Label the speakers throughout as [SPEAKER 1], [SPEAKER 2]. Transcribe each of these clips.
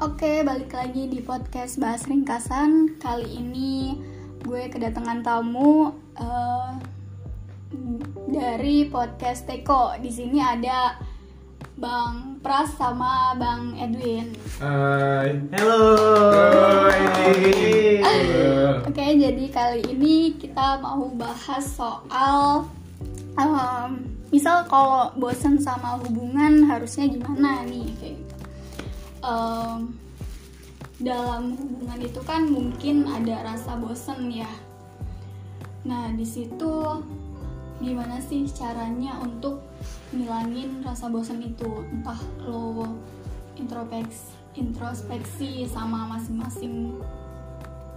[SPEAKER 1] balik lagi di podcast Bahas Ringkasan Kali ini gue kedatangan tamu eh, dari podcast Teko Di sini ada Bang Pras sama Bang Edwin
[SPEAKER 2] Hai.
[SPEAKER 3] Halo.
[SPEAKER 2] Hai.
[SPEAKER 1] Oke, jadi kali ini kita mau bahas soal um, misal kalau bosan sama hubungan harusnya gimana nih kayak gitu. Um, dalam hubungan itu kan mungkin ada rasa bosan ya. Nah, di situ gimana sih caranya untuk ngilangin rasa bosan itu? Entah lo introspeksi introspeksi sama masing-masing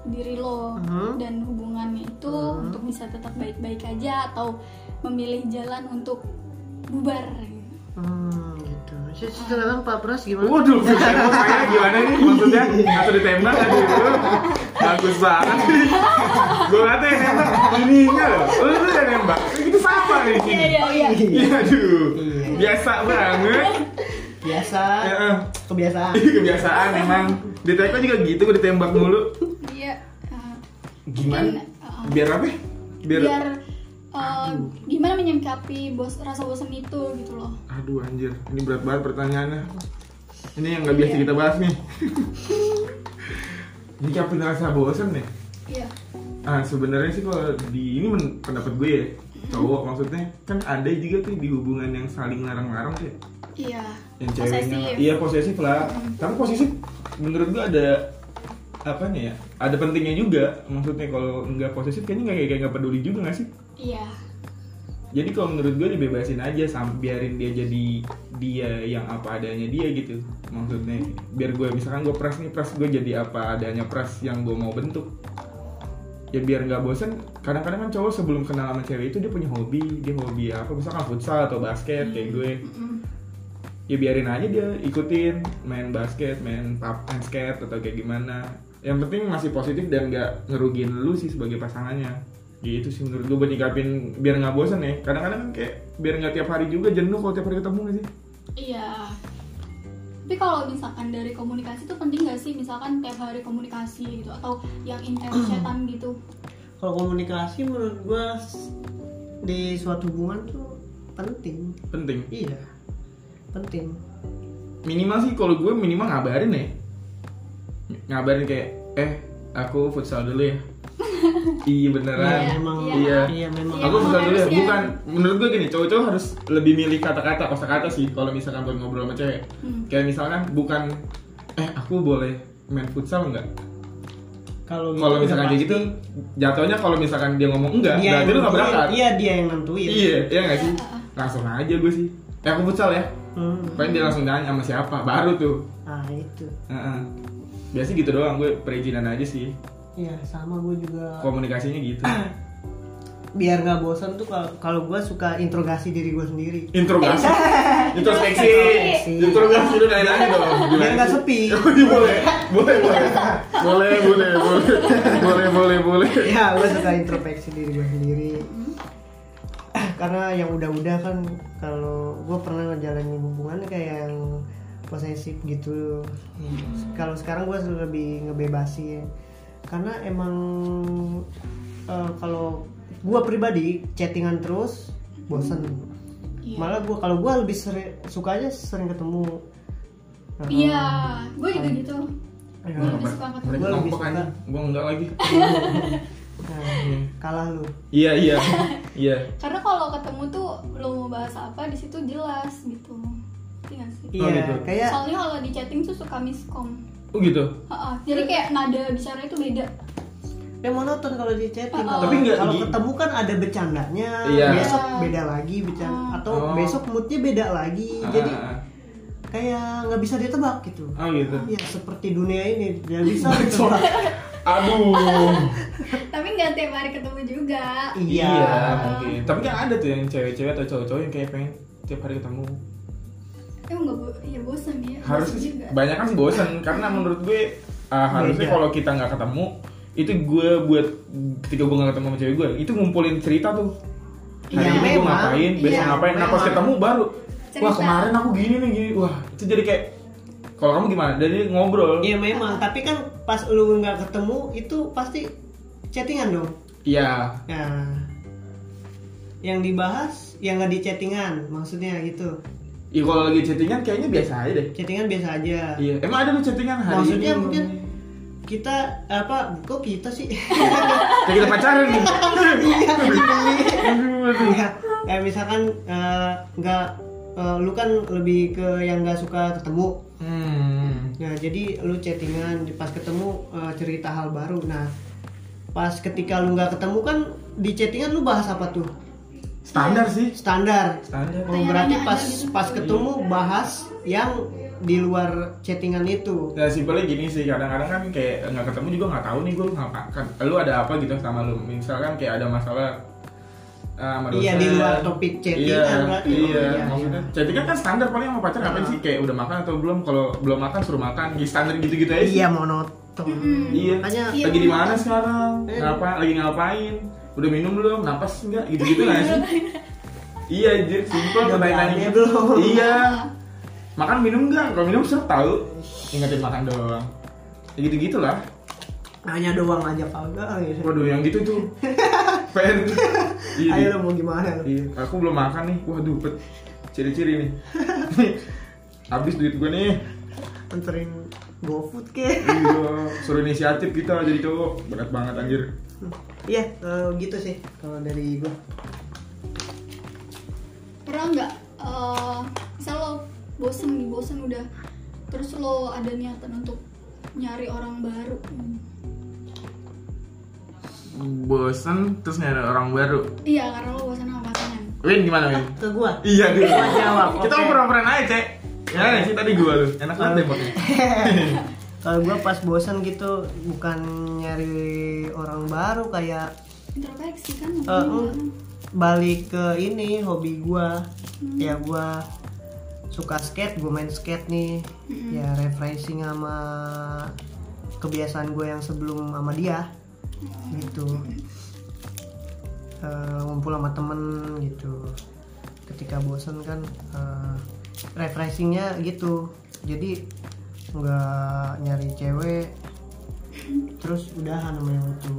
[SPEAKER 1] diri lo
[SPEAKER 2] Uh-huh.
[SPEAKER 3] Mhm.
[SPEAKER 1] dan hubungannya itu
[SPEAKER 3] Mhm.
[SPEAKER 1] untuk bisa tetap baik-baik aja atau memilih jalan untuk bubar
[SPEAKER 2] Oh,
[SPEAKER 3] Hmm, gitu. Saya sekarang Pak Pras gimana?
[SPEAKER 2] Waduh, emang saya gimana nih maksudnya? Atau ditembak tadi itu? Bagus banget. Gue kata yang nembak ininya loh. Oh, Lu tuh yang nembak. Kita sama nih.
[SPEAKER 1] Iya,
[SPEAKER 3] Oh,
[SPEAKER 1] iya, iya.
[SPEAKER 2] Iya, aduh.
[SPEAKER 3] Iya.
[SPEAKER 2] Biasa banget.
[SPEAKER 3] Biasa.
[SPEAKER 2] Ya, eh.
[SPEAKER 3] Kebiasaan.
[SPEAKER 2] Ih, Kebiasaan emang. Di TK juga gitu, gue ditembak mulu.
[SPEAKER 1] Iya. uh, Mungkin,
[SPEAKER 2] Gimana?
[SPEAKER 1] uh,
[SPEAKER 2] Biar apa? ya?
[SPEAKER 1] biar,
[SPEAKER 2] Biar.
[SPEAKER 1] uh, gimana menyikapi bos rasa bosan itu gitu loh.
[SPEAKER 2] Aduh anjir, ini berat banget pertanyaannya. Ini yang nggak biasa kita bahas nih. Nyikapin rasa bosen nih.
[SPEAKER 1] Iya.
[SPEAKER 2] Ah sebenarnya sih kalau di ini men- pendapat gue ya cowok maksudnya kan ada juga tuh di hubungan yang saling larang-larang tuh ya.
[SPEAKER 1] Iya.
[SPEAKER 2] yang ceweknya
[SPEAKER 1] Posesif.
[SPEAKER 2] iya posesif lah tapi posesif menurut gue ada apanya ya ada pentingnya juga maksudnya kalau nggak posesif kayaknya nggak kayak kayak nggak peduli juga nggak sih
[SPEAKER 1] Iya.
[SPEAKER 2] jadi kalau menurut gue dibebasin aja sam biarin dia jadi dia yang apa adanya dia gitu maksudnya biar gue misalkan gue pres nih pres gue jadi apa adanya pres yang gue mau bentuk ya biar nggak bosen kadang-kadang kan cowok sebelum kenal sama cewek itu dia punya hobi dia hobi apa misalkan futsal atau basket kayak gue
[SPEAKER 1] Mm-mm.
[SPEAKER 2] ya biarin aja dia ikutin main basket main pap main skate atau kayak gimana yang penting masih positif dan nggak ngerugiin lu sih sebagai pasangannya gitu sih menurut gue buat nyikapin biar nggak bosan ya kadang-kadang kan kayak biar nggak tiap hari juga jenuh kalau tiap hari ketemu nggak sih
[SPEAKER 1] Iya. Tapi kalau misalkan dari komunikasi itu penting gak sih? Misalkan tiap hari komunikasi gitu atau yang intens chatan gitu.
[SPEAKER 3] Kalau komunikasi menurut gua s- di suatu hubungan tuh penting.
[SPEAKER 2] penting
[SPEAKER 3] Iya. Penting.
[SPEAKER 2] minimal sih kalau gue minimal ngabarin ya ngabarin kayak eh aku futsal dulu ya iya beneran
[SPEAKER 1] Iya,
[SPEAKER 3] memang
[SPEAKER 2] iya.
[SPEAKER 3] iya memang.
[SPEAKER 1] Iya,
[SPEAKER 2] Aku bukan dulu ya,
[SPEAKER 1] harusnya.
[SPEAKER 2] bukan. Menurut gue gini, cowok-cowok harus lebih milih kata-kata, kosakata sih kalau misalkan buat ngobrol sama cewek.
[SPEAKER 1] Hmm.
[SPEAKER 2] Kayak misalkan bukan eh aku boleh main futsal nggak?
[SPEAKER 3] Kalau gitu
[SPEAKER 2] Kalau misalkan
[SPEAKER 3] udah
[SPEAKER 2] kayak
[SPEAKER 3] pasti
[SPEAKER 2] gitu, jatuhnya kalau misalkan dia ngomong enggak, berarti
[SPEAKER 3] dia
[SPEAKER 2] lu
[SPEAKER 3] yang
[SPEAKER 2] nggak
[SPEAKER 3] nentuin.
[SPEAKER 2] berangkat.
[SPEAKER 3] Iya, dia yang nentuin.
[SPEAKER 2] Iya, iya nggak sih?
[SPEAKER 1] Iya.
[SPEAKER 2] Langsung aja gue sih. Eh aku futsal ya.
[SPEAKER 3] Hmm.
[SPEAKER 2] Pengen dia langsung nanya sama siapa, baru tuh.
[SPEAKER 3] Ah, itu.
[SPEAKER 2] Heeh. Biasanya gitu doang, gue perizinan aja sih.
[SPEAKER 3] Iya, sama gua juga.
[SPEAKER 2] Komunikasinya gitu.
[SPEAKER 3] Biar nggak bosan tuh kalau kalau gua suka interogasi diri gua sendiri.
[SPEAKER 2] Interogasi, introspeksi,
[SPEAKER 3] Introspeksi.
[SPEAKER 2] interogasi lu nanya-nanya dong.
[SPEAKER 3] Biar
[SPEAKER 2] Gimana
[SPEAKER 3] nggak
[SPEAKER 2] sih?
[SPEAKER 3] sepi.
[SPEAKER 2] Oh, iya, boleh, boleh, boleh, boleh, boleh, boleh, boleh, boleh, boleh.
[SPEAKER 3] ya gue suka introspeksi diri gue sendiri karena yang udah-udah kan kalau gue pernah ngejalanin hubungan kayak yang posesif gitu
[SPEAKER 1] Hmm.
[SPEAKER 3] kalau sekarang gue lebih ngebebasin karena emang eh, kalau gue pribadi chattingan terus bosen
[SPEAKER 1] Iya.
[SPEAKER 3] malah gue kalau gue lebih sering sukanya sering ketemu
[SPEAKER 1] Iya, gue juga gitu. Gue
[SPEAKER 2] iya.
[SPEAKER 1] lebih suka ketemu.
[SPEAKER 2] Mereka
[SPEAKER 3] Gua lebih
[SPEAKER 2] ngomong
[SPEAKER 3] suka.
[SPEAKER 2] aja, gua enggak lagi.
[SPEAKER 3] Nah, kalah lu
[SPEAKER 2] Iya, iya, iya.
[SPEAKER 1] Karena kalau ketemu tuh lo mau bahas apa di situ jelas gitu. Ngerti nggak sih?
[SPEAKER 3] iya
[SPEAKER 2] gitu.
[SPEAKER 3] kayak
[SPEAKER 1] Soalnya kalau di chatting tuh suka miskom.
[SPEAKER 2] Oh gitu.
[SPEAKER 1] Ha-ha. Jadi kayak nada bicaranya tuh beda.
[SPEAKER 3] Dia monoton kalau di chatting.
[SPEAKER 1] Oh.
[SPEAKER 3] Kalau-
[SPEAKER 2] Tapi nggak
[SPEAKER 3] kalau
[SPEAKER 2] di-
[SPEAKER 3] ketemu kan ada bercandanya,
[SPEAKER 2] Iya.
[SPEAKER 3] besok beda lagi bercanda
[SPEAKER 1] Oh.
[SPEAKER 3] atau
[SPEAKER 2] Oh.
[SPEAKER 3] besok moodnya beda lagi. Jadi
[SPEAKER 2] Ah,
[SPEAKER 3] kayak nggak bisa ditebak gitu.
[SPEAKER 2] ah. oh gitu.
[SPEAKER 3] Ya seperti dunia ini nggak bisa ditebak.
[SPEAKER 2] Aduh.
[SPEAKER 1] Tapi nggak tiap hari ketemu juga.
[SPEAKER 3] iya.
[SPEAKER 2] mungkin. Tapi kan ada tuh yang cewek-cewek atau cowok-cowok yang kayak pengen tiap hari ketemu.
[SPEAKER 1] Emang nggak bo ya bosan ya.
[SPEAKER 2] Harusnya
[SPEAKER 1] bosan
[SPEAKER 2] sih,
[SPEAKER 1] juga.
[SPEAKER 2] banyak kan bosan karena menurut gue ah, harusnya
[SPEAKER 3] Beda.
[SPEAKER 2] kalau kita nggak ketemu itu gue buat ketika gue nggak ketemu sama cewek gue itu ngumpulin cerita tuh hari
[SPEAKER 3] Iya,
[SPEAKER 2] ini gue
[SPEAKER 3] memang.
[SPEAKER 2] ngapain besok
[SPEAKER 3] Iya,
[SPEAKER 2] ngapain nah pas
[SPEAKER 3] memang.
[SPEAKER 2] ketemu baru wah
[SPEAKER 1] Cerita.
[SPEAKER 2] kemarin aku gini nih gini wah itu jadi kayak Kalau kamu gimana? Dari ngobrol.
[SPEAKER 3] Iya memang, tapi kan pas lu nggak ketemu itu pasti chattingan dong.
[SPEAKER 2] Iya.
[SPEAKER 3] Nah, yang dibahas yang nggak di chattingan, maksudnya gitu.
[SPEAKER 2] Iya kalau lagi chattingan kayaknya biasa aja deh.
[SPEAKER 3] Chattingan biasa aja.
[SPEAKER 2] Iya. Emang ada lu chattingan hari
[SPEAKER 3] maksudnya
[SPEAKER 2] ini?
[SPEAKER 3] mungkin kita apa? Kok kita sih?
[SPEAKER 2] Kayak kita pacaran nih.
[SPEAKER 3] Iya,
[SPEAKER 2] Aduh, aduh.
[SPEAKER 3] ya, kayak misalkan eh, nggak eh, lu kan lebih ke yang nggak suka ketemu.
[SPEAKER 2] Hmm.
[SPEAKER 3] Nah, jadi lu chattingan pas ketemu eh, cerita hal baru. Nah, pas ketika lu nggak ketemu kan di chattingan lu bahas apa tuh?
[SPEAKER 2] Standar sih.
[SPEAKER 3] Standar.
[SPEAKER 2] Standar.
[SPEAKER 3] Oh, berarti pas pas ketemu bahas yang di luar chattingan itu.
[SPEAKER 2] Nah, simpelnya gini sih, kadang-kadang kan kayak nggak ketemu juga nggak tahu nih gue ngapain. Lu ada apa gitu sama lu? Misalkan kayak ada masalah eh, sama
[SPEAKER 3] Iya,
[SPEAKER 2] dosen.
[SPEAKER 3] di luar topik chattingan
[SPEAKER 2] Iya,
[SPEAKER 3] berarti.
[SPEAKER 2] iya,
[SPEAKER 3] Oh, iya,
[SPEAKER 2] maksudnya
[SPEAKER 3] iya.
[SPEAKER 2] chattingan kan standar paling sama pacar ngapain sih? Kayak udah makan atau belum? Kalau belum makan suruh makan, gitu standar gitu-gitu aja. sih.
[SPEAKER 3] Iya, monoton.
[SPEAKER 2] Iya.
[SPEAKER 3] Makanya
[SPEAKER 1] Iya.
[SPEAKER 2] Lagi di mana sekarang?
[SPEAKER 3] Eh.
[SPEAKER 2] Ngapa? Lagi ngapain? Udah minum belum? Napas enggak? Gitu-gitu nggak sih? Iya, anjir, simpel
[SPEAKER 3] Udah
[SPEAKER 2] pertanyaannya
[SPEAKER 3] makannya belum?
[SPEAKER 2] Iya. Makan minum enggak? Kalau minum siapa tahu? Ingetin makan doang. Ya gitu-gitu lah.
[SPEAKER 3] nanya doang aja kagak. gitu.
[SPEAKER 2] Waduh, yang gitu tuh. Pen. Iya,
[SPEAKER 3] Ayo
[SPEAKER 2] iya.
[SPEAKER 3] lu mau gimana lu?
[SPEAKER 2] Iya, aku belum makan nih. Waduh, pet. Ciri-ciri nih. Habis duit gue nih.
[SPEAKER 3] Anterin GoFood kek.
[SPEAKER 2] Iya, suruh inisiatif kita jadi cowok. Berat banget anjir.
[SPEAKER 3] Iya, eh, gitu sih kalau dari gua.
[SPEAKER 1] pernah nggak eh misal lo bosen nih bosen udah terus lo ada niatan untuk nyari orang baru Hmm.
[SPEAKER 2] Bosen terus nyari orang baru.
[SPEAKER 1] iya karena lo bosen sama pasangan
[SPEAKER 2] Win gimana Win?
[SPEAKER 3] Ke gua.
[SPEAKER 2] Iya dulu.
[SPEAKER 3] Gua jawab,
[SPEAKER 2] Kita
[SPEAKER 3] oke.
[SPEAKER 2] mau pernah-pernah aja, Cek. Gimana sih tadi gua lu? Enak banget deh pokoknya.
[SPEAKER 3] Kalau gua pas bosan gitu bukan nyari orang baru kayak
[SPEAKER 1] introspeksi kan
[SPEAKER 2] Ah,
[SPEAKER 3] eh,
[SPEAKER 2] oh.
[SPEAKER 3] em, balik ke ini hobi gua. Ya gua suka skate, gua main skate nih. Ya refreshing sama kebiasaan gue yang sebelum sama dia gitu. Eh, ngumpul sama temen gitu ketika bosen kan eh, refreshingnya gitu jadi nggak nyari cewek terus udahan sama yang itu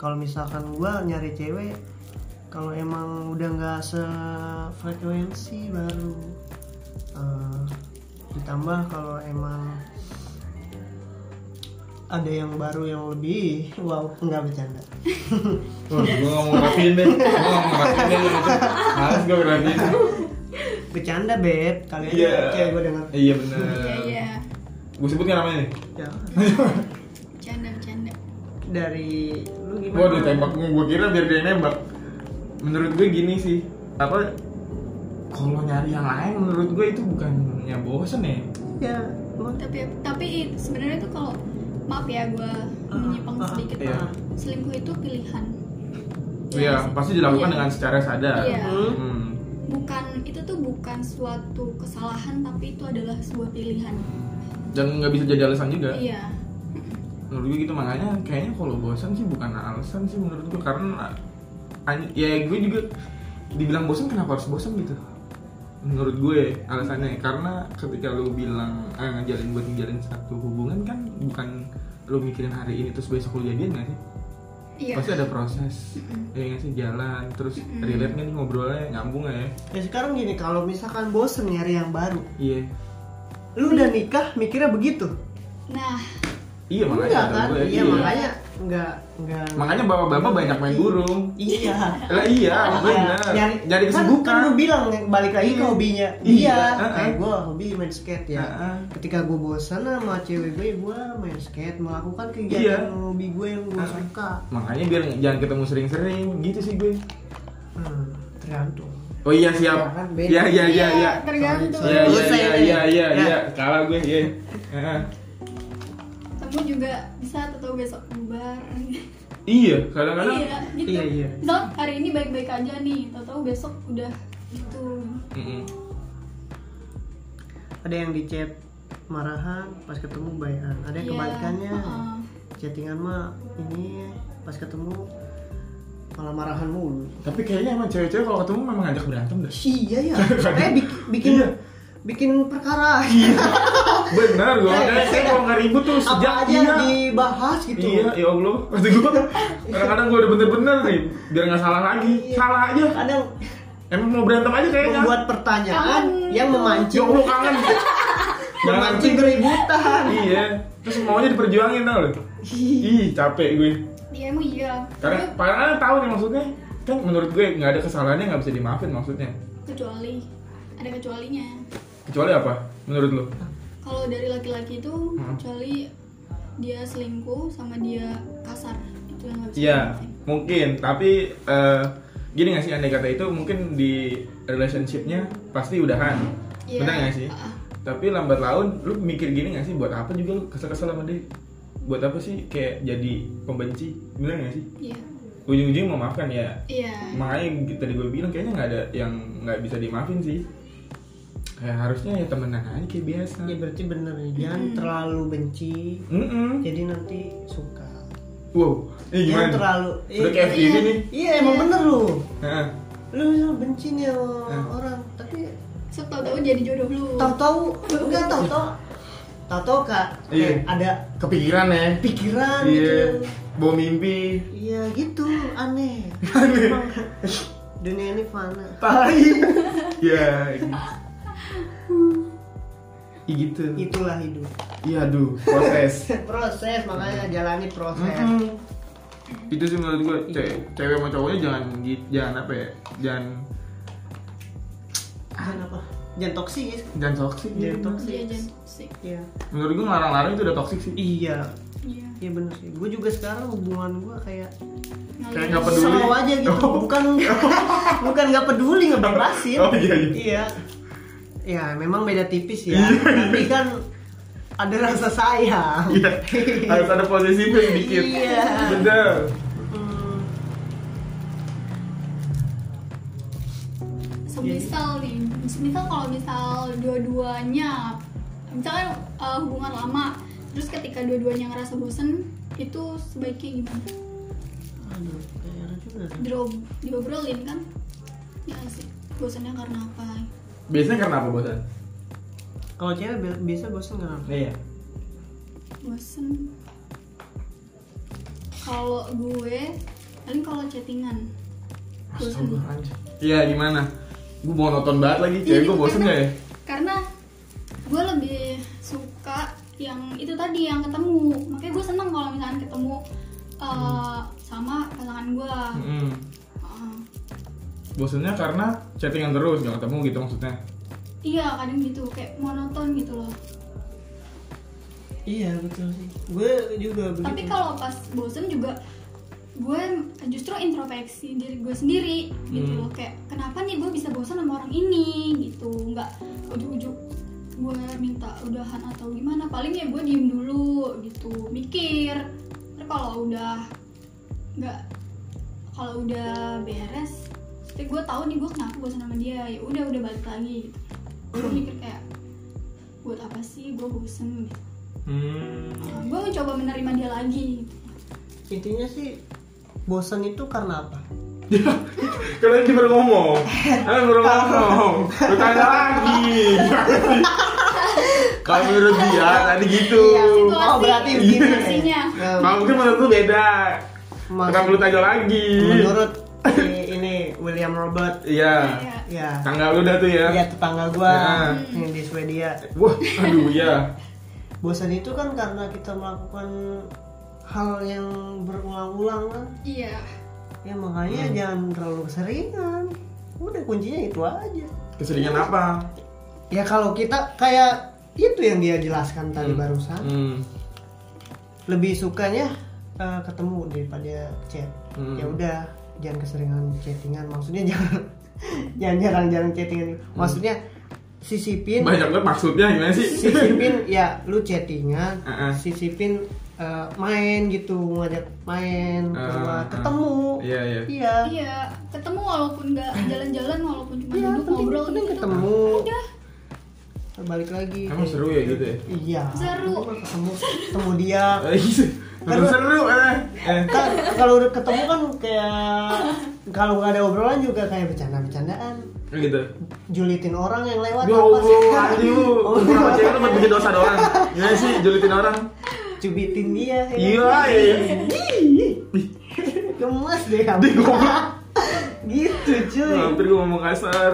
[SPEAKER 3] kalau misalkan gua nyari cewek kalau emang udah nggak sefrekuensi baru Eh, ditambah kalau emang ada yang baru yang lebih wow nggak bercanda
[SPEAKER 2] Wah, gua nggak mau rapiin deh. Gua nggak mau rapiin deh. yang itu. Males gua rapiin.
[SPEAKER 3] bercanda beb kalian
[SPEAKER 2] Iya.
[SPEAKER 3] cewek gue dengar
[SPEAKER 2] Iya benar.
[SPEAKER 1] iya iya
[SPEAKER 2] Gua sebut nggak namanya nih?
[SPEAKER 3] ya.
[SPEAKER 1] bercanda bercanda
[SPEAKER 3] dari lu gimana
[SPEAKER 2] Gua ditembak, gua kira biar dia yang nembak. Menurut gue gini sih, apa kalau nyari yang lain menurut gue itu bukannya bosen
[SPEAKER 1] Iya.
[SPEAKER 2] ya
[SPEAKER 3] ya lu-
[SPEAKER 1] tapi tapi it- sebenarnya itu kalau maaf ya gue menyimpang
[SPEAKER 3] ah,
[SPEAKER 1] sedikit
[SPEAKER 2] iya.
[SPEAKER 1] selingkuh itu pilihan
[SPEAKER 2] Iya, pasti dilakukan
[SPEAKER 1] Iya.
[SPEAKER 2] dengan secara sadar.
[SPEAKER 1] Iya.
[SPEAKER 2] Hmm.
[SPEAKER 1] bukan itu tuh bukan suatu kesalahan tapi itu adalah sebuah pilihan
[SPEAKER 2] Dan nggak bisa jadi alasan juga.
[SPEAKER 1] iya
[SPEAKER 2] Menurut gue gitu makanya kayaknya kalau bosan sih bukan alasan sih menurut gue karena an- ya gue juga dibilang bosan kenapa harus bosan gitu? Menurut gue alasannya karena ketika lu bilang eh, ngejalin buat ngejalin satu hubungan kan bukan lu mikirin hari ini terus besok lu jadian nggak sih?
[SPEAKER 1] iya
[SPEAKER 2] Pasti ada proses, ya nggak sih jalan terus relate nggak nih ngobrolnya nyambung nggak ya?
[SPEAKER 3] ya sekarang gini kalau misalkan bosen nyari yang baru
[SPEAKER 2] Iya,
[SPEAKER 3] lu udah nikah mikirnya begitu
[SPEAKER 1] nah
[SPEAKER 2] iya makanya
[SPEAKER 3] enggak
[SPEAKER 2] kata
[SPEAKER 3] kan
[SPEAKER 2] gue,
[SPEAKER 3] iya makanya enggak enggak
[SPEAKER 2] Makanya bapak-bapak banyak main burung.
[SPEAKER 3] iya
[SPEAKER 2] Lah iya, benar. Nyari, nyari
[SPEAKER 3] kan, kan lu
[SPEAKER 2] kesibukan.
[SPEAKER 3] bilang balik lagi ke
[SPEAKER 2] Iya.
[SPEAKER 3] hobinya
[SPEAKER 2] Iya,
[SPEAKER 3] iya
[SPEAKER 2] uh-uh.
[SPEAKER 3] kayak gue hobi main skate ya
[SPEAKER 2] Uh-uh.
[SPEAKER 3] ketika gue bosan sama cewek gue gue main skate melakukan kegiatan
[SPEAKER 2] Iya.
[SPEAKER 3] hobi gue yang gue
[SPEAKER 2] Uh-uh.
[SPEAKER 3] suka
[SPEAKER 2] Makanya biar jangan ketemu sering-sering gitu sih gue.
[SPEAKER 3] hmm, tergantung
[SPEAKER 2] Oh iya siap.
[SPEAKER 3] Jangan, Ben.
[SPEAKER 2] Iya iya iya iya.
[SPEAKER 1] tergantung
[SPEAKER 2] Iya iya
[SPEAKER 3] Selesai
[SPEAKER 2] iya
[SPEAKER 3] ini.
[SPEAKER 2] iya iya
[SPEAKER 3] Nah.
[SPEAKER 2] iya. Kalah gue, iya. Heeh.
[SPEAKER 1] temu juga bisa atau besok bubar
[SPEAKER 2] Iya, kadang-kadang
[SPEAKER 1] iya gitu
[SPEAKER 3] Iya, iya.
[SPEAKER 1] Misal hari ini baik-baik aja nih tahu besok udah gitu
[SPEAKER 2] Mm-mm.
[SPEAKER 3] ada yang di chat marahan pas ketemu bayan ada yang
[SPEAKER 1] Iya,
[SPEAKER 3] kebalikannya
[SPEAKER 1] heeh.
[SPEAKER 3] chattingan mah ini pas ketemu malah marahan mulu
[SPEAKER 2] Tapi kayaknya emang cewek-cewek kalau ketemu memang ngajak berantem dah.
[SPEAKER 3] iya ya kayak iya. bikin, bikin
[SPEAKER 2] Iya.
[SPEAKER 3] bikin perkara
[SPEAKER 2] benar gue makanya saya kalau nggak ribut tuh
[SPEAKER 3] Iya. apa
[SPEAKER 2] sejak
[SPEAKER 3] aja
[SPEAKER 2] iya
[SPEAKER 3] dibahas gitu
[SPEAKER 2] iya ya allah pasti gue kadang-kadang gue udah bener-bener nih biar nggak salah lagi
[SPEAKER 3] Iya.
[SPEAKER 2] salah aja
[SPEAKER 3] kadang
[SPEAKER 2] emang mau berantem aja kayaknya
[SPEAKER 3] membuat pertanyaan
[SPEAKER 1] Kangen.
[SPEAKER 3] yang
[SPEAKER 2] ya
[SPEAKER 3] memancing
[SPEAKER 2] allah kangen
[SPEAKER 3] memancing keributan
[SPEAKER 2] iya terus maunya diperjuangin tau loh ih capek gue
[SPEAKER 1] Iya emang iya.
[SPEAKER 2] karena karena tahu nih maksudnya kan menurut gue nggak ada kesalahannya nggak bisa dimaafin maksudnya
[SPEAKER 1] Kecuali ada kecualinya.
[SPEAKER 2] kecuali apa menurut lo
[SPEAKER 1] Kalau dari laki-laki itu
[SPEAKER 2] Hmm.
[SPEAKER 1] kecuali dia selingkuh sama dia kasar itu yang nggak bisa.
[SPEAKER 2] Iya,
[SPEAKER 1] dimaafin.
[SPEAKER 2] mungkin. Tapi eh, gini nggak sih andai kata itu mungkin di relationshipnya pasti udahan,
[SPEAKER 1] Iya.
[SPEAKER 2] benar nggak sih?
[SPEAKER 1] Ah, ah.
[SPEAKER 2] Tapi lambat laun, lu mikir gini nggak sih? Buat apa juga lu kesel-kesel sama dia? Buat apa sih kayak jadi pembenci? Benar nggak sih?
[SPEAKER 1] Iya.
[SPEAKER 2] Ujung-ujung memaafkan ya.
[SPEAKER 1] Iya.
[SPEAKER 2] Makanya gitu tadi gue bilang kayaknya nggak ada yang nggak bisa dimaafin sih. Kayak harusnya ya temenan aja kayak biasa.
[SPEAKER 1] Iya,
[SPEAKER 3] ya berarti bener nih jangan
[SPEAKER 1] Mm-mm.
[SPEAKER 3] terlalu benci
[SPEAKER 2] Mm-mm.
[SPEAKER 3] jadi nanti suka
[SPEAKER 2] Wow, ini
[SPEAKER 3] jangan
[SPEAKER 2] gimana?
[SPEAKER 3] terlalu
[SPEAKER 2] Udah Iya, kayak
[SPEAKER 1] Iya.
[SPEAKER 2] FTV nih.
[SPEAKER 3] iya emang bener lu
[SPEAKER 2] Heeh.
[SPEAKER 3] lu misal benci nih sama
[SPEAKER 2] Hah?
[SPEAKER 3] orang tapi
[SPEAKER 1] So tau-tau jadi jodoh lu.
[SPEAKER 3] tahu-tahu enggak tahu-tahu tahu-tahu kak
[SPEAKER 2] Iya.
[SPEAKER 3] kayak ada
[SPEAKER 2] Kepikiran ya.
[SPEAKER 3] pikiran gitu
[SPEAKER 2] Iya. Bawa mimpi.
[SPEAKER 3] iya gitu aneh Emang dunia ini fana
[SPEAKER 2] tai ya Ih, gitu
[SPEAKER 3] itulah hidup
[SPEAKER 2] iya aduh proses
[SPEAKER 3] proses makanya jalani proses
[SPEAKER 2] Mm-mm. itu sih menurut gue cewek sama cowoknya jangan gi- jangan apa ya jangan
[SPEAKER 3] jangan apa jangan toksik
[SPEAKER 2] jangan toksik
[SPEAKER 3] Jangan
[SPEAKER 2] gitu.
[SPEAKER 3] toksik.
[SPEAKER 1] Iya jangan toxic.
[SPEAKER 3] ya
[SPEAKER 2] menurut gue ngarang-larang itu udah toksik sih
[SPEAKER 3] iya
[SPEAKER 1] Iya.
[SPEAKER 3] iya bener sih gue juga sekarang hubungan gue kayak
[SPEAKER 2] Kayak
[SPEAKER 1] Ngalir.
[SPEAKER 2] nggak peduli.
[SPEAKER 3] slow aja gitu
[SPEAKER 2] Oh.
[SPEAKER 3] bukan bukan nggak peduli ngebebasin
[SPEAKER 2] Oh, iya, iya.
[SPEAKER 3] ya memang beda tipis ya tapi kan ada rasa sayang
[SPEAKER 2] iya harus ada posisi yang dikit
[SPEAKER 3] Iya.
[SPEAKER 2] bener
[SPEAKER 3] Hmm,
[SPEAKER 1] semisal nih semisal kalau misal dua-duanya misalkan uh, hubungan lama terus ketika dua-duanya ngerasa bosen itu sebaiknya gimana
[SPEAKER 3] aduh kayaknya juga sih.
[SPEAKER 1] Diob- diobrolin kan ya nggak sih bosannya karena apa
[SPEAKER 2] biasanya karena apa bosan
[SPEAKER 3] kalau cewek bi- biasa bosan kenapa
[SPEAKER 2] iya
[SPEAKER 1] bosen kalau gue paling kalau chattingan bosen
[SPEAKER 2] Astaga, anjir. Iya gimana? Gue mau nonton banget lagi, cewek gue bosen gak ya?
[SPEAKER 1] karena gue lebih suka yang itu tadi yang ketemu makanya gue seneng kalau misalkan ketemu uh, sama pasangan gue
[SPEAKER 2] Mm-mm. Hmm.
[SPEAKER 1] Uh,
[SPEAKER 2] Bosennya karena chattingan terus, gak ketemu gitu maksudnya
[SPEAKER 1] iya kadang gitu kayak monoton gitu loh
[SPEAKER 3] iya betul sih gue juga begitu
[SPEAKER 1] tapi kan- kalau pas bosen juga gue justru introspeksi diri gue sendiri gitu
[SPEAKER 2] Hmm.
[SPEAKER 1] loh kayak kenapa nih gue bisa bosen sama orang ini gitu nggak ujuk-ujuk gue minta udahan atau gimana paling ya gue diem dulu gitu mikir terus kalau udah nggak kalau udah beres tapi gue tahu nih gue kenapa bosan sama dia ya udah udah balik lagi gitu gue mikir kayak buat apa sih gue bosen gitu
[SPEAKER 2] Hmm.
[SPEAKER 1] gue mencoba menerima dia lagi gitu.
[SPEAKER 3] intinya sih bosan itu karena apa
[SPEAKER 2] Kalian cuma ngomong Kalian baru ngomong Lu tanya lagi Kalau menurut dia tadi gitu
[SPEAKER 3] Iya,
[SPEAKER 1] situasi
[SPEAKER 3] Oh, berarti begini.
[SPEAKER 1] situasinya
[SPEAKER 3] Nah,
[SPEAKER 2] Kalau mungkin menurut lu beda Kenapa lu tanya lagi?
[SPEAKER 3] menurut ini- ini William Robert
[SPEAKER 2] Iya
[SPEAKER 1] Iya.
[SPEAKER 3] ya
[SPEAKER 2] Tanggal lu dah tuh ya
[SPEAKER 3] ya tetangga gua
[SPEAKER 2] Ya.
[SPEAKER 3] yang di Swedia
[SPEAKER 2] Wah, aduh ya
[SPEAKER 3] bosan itu kan karena kita melakukan hal yang berulang-ulang kan
[SPEAKER 1] iya
[SPEAKER 3] ya makanya jangan terlalu keseringan udah kuncinya itu aja
[SPEAKER 2] Keseringan apa?
[SPEAKER 3] ya kalau kita kayak itu yang dia jelaskan tadi barusan
[SPEAKER 2] Hmm.
[SPEAKER 3] lebih sukanya eh, ketemu daripada chat
[SPEAKER 2] Hmm.
[SPEAKER 3] ya udah jangan keseringan chattingan maksudnya jangan jangan jarang-jarang chattingan maksudnya sisipin
[SPEAKER 2] Hmm. Banyak banget maksudnya gimana sih?
[SPEAKER 3] sisipin ya lu chattingan
[SPEAKER 2] Heeh.
[SPEAKER 3] sisipin eh, main gitu ngajak main keluar
[SPEAKER 2] heeh.
[SPEAKER 3] ketemu
[SPEAKER 2] Ah, Iya, iya.
[SPEAKER 3] iya
[SPEAKER 1] iya ketemu walaupun nggak jalan-jalan walaupun cuma
[SPEAKER 3] Iya,
[SPEAKER 1] duduk
[SPEAKER 3] penting-
[SPEAKER 1] ngobrol
[SPEAKER 3] penting
[SPEAKER 1] gitu
[SPEAKER 3] ketemu.
[SPEAKER 1] udah
[SPEAKER 3] balik lagi
[SPEAKER 2] Emang seru ya gitu ya?
[SPEAKER 3] iya
[SPEAKER 1] Seru.
[SPEAKER 3] Lu kan ketemu ketemu dia
[SPEAKER 2] Eh, gitu. Seru seru eh. eh.
[SPEAKER 3] kan kalau udah ketemu kan kayak kalau nggak ada obrolan juga kayak bercanda-bercandaan
[SPEAKER 2] gitu
[SPEAKER 3] julitin orang yang lewat
[SPEAKER 2] Yo,
[SPEAKER 3] apa sih?
[SPEAKER 2] Ya
[SPEAKER 3] Oh.
[SPEAKER 2] aduh, kurang cewek lu buat bikin dosa doang. Gimana sih julitin orang?
[SPEAKER 3] Cubitin dia. ya.
[SPEAKER 2] Iya, iya.
[SPEAKER 3] Gemes deh kamu.
[SPEAKER 2] Dih, goblok.
[SPEAKER 3] gitu cuy.
[SPEAKER 2] Hampir gue ngomong kasar.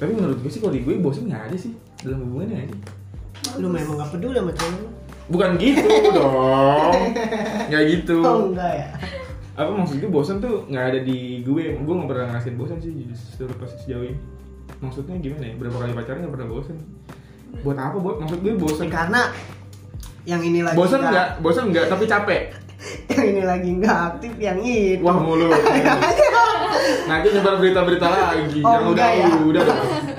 [SPEAKER 2] Tapi menurut gue sih kalau di gue bosen nggak ada sih dalam hubungan nggak ada.
[SPEAKER 3] Lu memang gak peduli sama cewek lu?
[SPEAKER 2] Bukan gitu dong. Nggak gitu.
[SPEAKER 3] Oh enggak ya.
[SPEAKER 2] Apa maksud gue bosen tuh nggak ada di gue. Gue nggak pernah ngerasain bosen sih justru pas sejauh ini. Maksudnya gimana ya? Berapa kali pacaran nggak pernah bosen? Buat apa? Buat maksud gue bosen.
[SPEAKER 3] Ya, karena yang ini lagi
[SPEAKER 2] Bosen nggak? Bosen nggak? Tapi capek.
[SPEAKER 3] yang ini lagi nggak aktif yang itu
[SPEAKER 2] Wah mulu. Nanti nyebar berita-berita lagi.
[SPEAKER 3] Oh,
[SPEAKER 2] Yang udah,
[SPEAKER 3] enggak ya?
[SPEAKER 2] udah.